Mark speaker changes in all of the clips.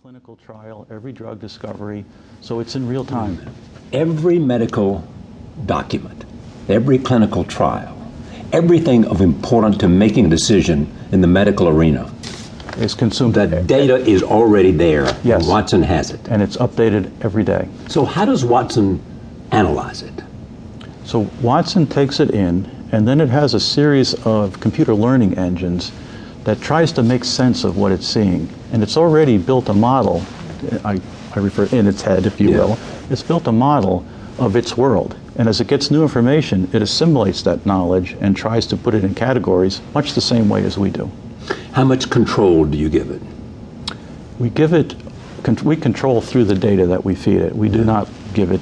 Speaker 1: clinical trial, every drug discovery, so it's in real time.
Speaker 2: Every medical document, every clinical trial, everything of importance to making a decision in the medical arena,
Speaker 1: It's consumed.
Speaker 2: the data is already there.
Speaker 1: Yes.
Speaker 2: Watson has it.
Speaker 1: And it's updated every day.
Speaker 2: So how does Watson analyze it?
Speaker 1: So Watson takes it in, and then it has a series of computer learning engines that tries to make sense of what it's seeing. And it's already built a model, I, I refer in its head, if you
Speaker 2: Yeah.
Speaker 1: will. It's built a model of its world. And as it gets new information, it assimilates that knowledge and tries to put it in categories, much the same way as we do.
Speaker 2: How much control do you give it?
Speaker 1: We give it, con- we control through the data that we feed it. We do not give it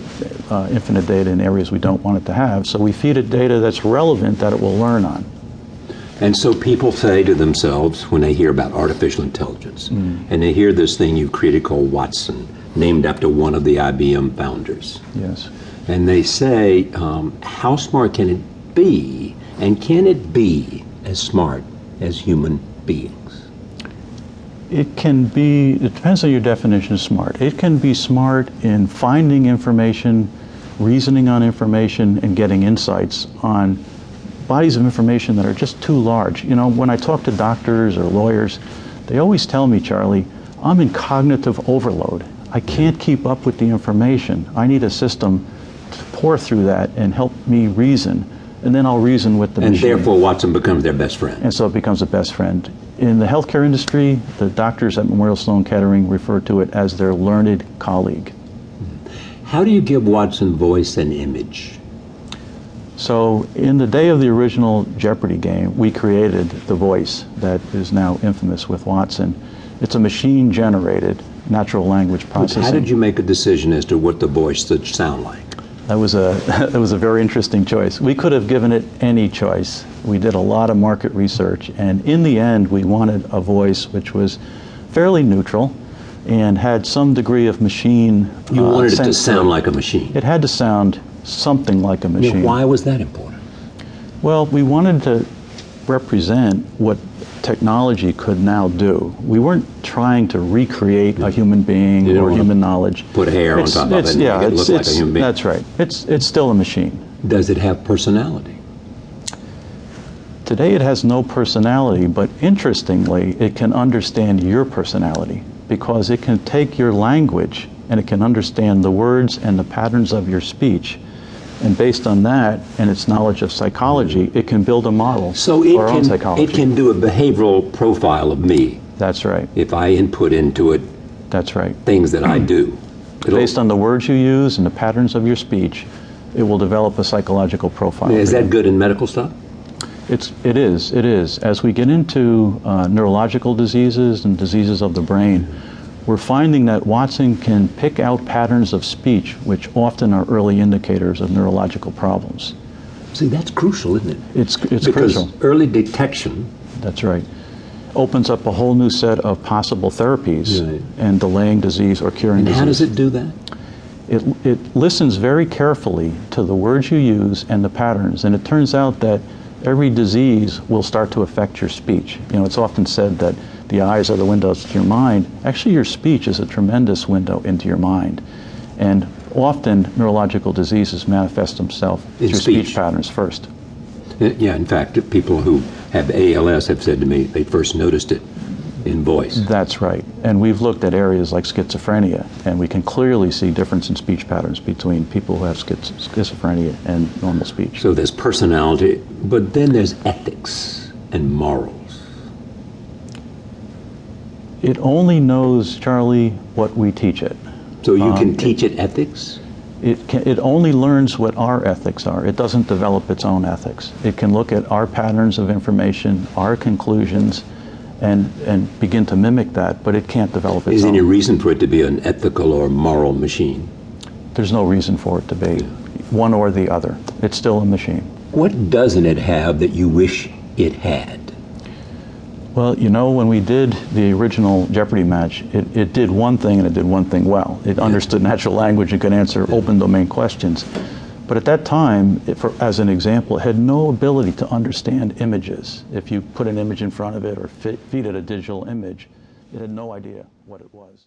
Speaker 1: uh, infinite data in areas we don't want it to have. So we feed it data that's relevant that it will learn on.
Speaker 2: And so people say to themselves when they hear about artificial intelligence, and they hear this thing you've created called Watson, named after one of the IBM founders,
Speaker 1: Yes.
Speaker 2: and they say, um, how smart can it be, and can it be as smart as human beings?
Speaker 1: It can be, it depends on your definition of smart. It can be smart in finding information, reasoning on information, and getting insights on bodies of information that are just too large. You know, when I talk to doctors or lawyers, they always tell me, Charlie, I'm in cognitive overload. I can't keep up with the information. I need a system to pour through that and help me reason. And then I'll reason with the
Speaker 2: And
Speaker 1: machine
Speaker 2: therefore, Watson becomes their best friend.
Speaker 1: and so it becomes a best friend. In the healthcare industry, the doctors at Memorial Sloan Kettering refer to it as their learned colleague.
Speaker 2: How do you give Watson voice and image?
Speaker 1: So, in the day of the original Jeopardy game, we created the voice that is now infamous with Watson. It's a machine generated natural language processing.
Speaker 2: How did you make a decision as to what the voice should sound like?
Speaker 1: That was a that was a very interesting choice. We could have given it any choice. We did a lot of market research, and in the end, we wanted a voice which was fairly neutral and had some degree of machine.
Speaker 2: You
Speaker 1: uh,
Speaker 2: wanted it to
Speaker 1: sense
Speaker 2: sound like a machine.
Speaker 1: It had to sound something like a
Speaker 2: Now,
Speaker 1: machine.
Speaker 2: why was that important?
Speaker 1: Well, we wanted to represent what technology could now do. We weren't trying to recreate a human being
Speaker 2: You don't
Speaker 1: or
Speaker 2: wanna
Speaker 1: human knowledge.
Speaker 2: put hair on
Speaker 1: It's-
Speaker 2: top of it
Speaker 1: it's-
Speaker 2: and
Speaker 1: Yeah,
Speaker 2: make it
Speaker 1: it's-
Speaker 2: look like a
Speaker 1: it's-
Speaker 2: human being.
Speaker 1: That's right. It's it's still a machine.
Speaker 2: Does it have personality?
Speaker 1: Today it has no personality, but interestingly, it can understand your personality because it can take your language and it can understand the words and the patterns of your speech. And based on that and its knowledge of psychology, it can build a model
Speaker 2: So it
Speaker 1: for our own
Speaker 2: can,
Speaker 1: psychology.
Speaker 2: it can do a behavioral profile of me
Speaker 1: That's right.
Speaker 2: if I input into it
Speaker 1: That's right.
Speaker 2: things that I do. It'll-
Speaker 1: Based on the words you use and the patterns of your speech, it will develop a psychological profile.
Speaker 2: is
Speaker 1: for you.
Speaker 2: that good in medical stuff?
Speaker 1: It's, it is, it is. As we get into uh, neurological diseases and diseases of the brain, we're finding that Watson can pick out patterns of speech which often are early indicators of neurological problems.
Speaker 2: See, that's crucial, isn't it?
Speaker 1: It's, it's
Speaker 2: because
Speaker 1: crucial.
Speaker 2: early detection
Speaker 1: That's right. Opens up a whole new set of possible therapies
Speaker 2: Right.
Speaker 1: and delaying disease or curing
Speaker 2: and
Speaker 1: disease.
Speaker 2: how does it do that?
Speaker 1: it, it listens very carefully to the words you use and the patterns. And it turns out that every disease will start to affect your speech. You know, it's often said that the eyes are the windows to your mind. Actually, your speech is a tremendous window into your mind. And often, neurological diseases manifest themselves
Speaker 2: In
Speaker 1: through
Speaker 2: speech.
Speaker 1: speech patterns first.
Speaker 2: Uh, Yeah, in fact, people who have ALS have said to me they first noticed it in voice.
Speaker 1: That's right. And we've looked at areas like schizophrenia, and we can clearly see difference in speech patterns between people who have schiz- schizophrenia and normal speech.
Speaker 2: So there's personality, but then there's ethics and morals.
Speaker 1: It only knows, Charlie, what we teach it.
Speaker 2: So you can teach Uh, it ethics?
Speaker 1: It, can, it only learns what our ethics are. It doesn't develop its own ethics. It can look at our patterns of information, our conclusions, and, and begin to mimic that, but it can't develop its
Speaker 2: Is there
Speaker 1: own.
Speaker 2: any reason for it to be an ethical or moral machine?
Speaker 1: There's no reason for it to be one or the other. It's still a machine.
Speaker 2: What doesn't it have that you wish it had?
Speaker 1: Well, you know, when we did the original Jeopardy match, it, it did one thing and it did one thing well. It understood natural language, it could answer open domain questions. But at that time, it, for, as an example, it had no ability to understand images. If you put an image in front of it or fit, feed it a digital image, it had no idea what it was.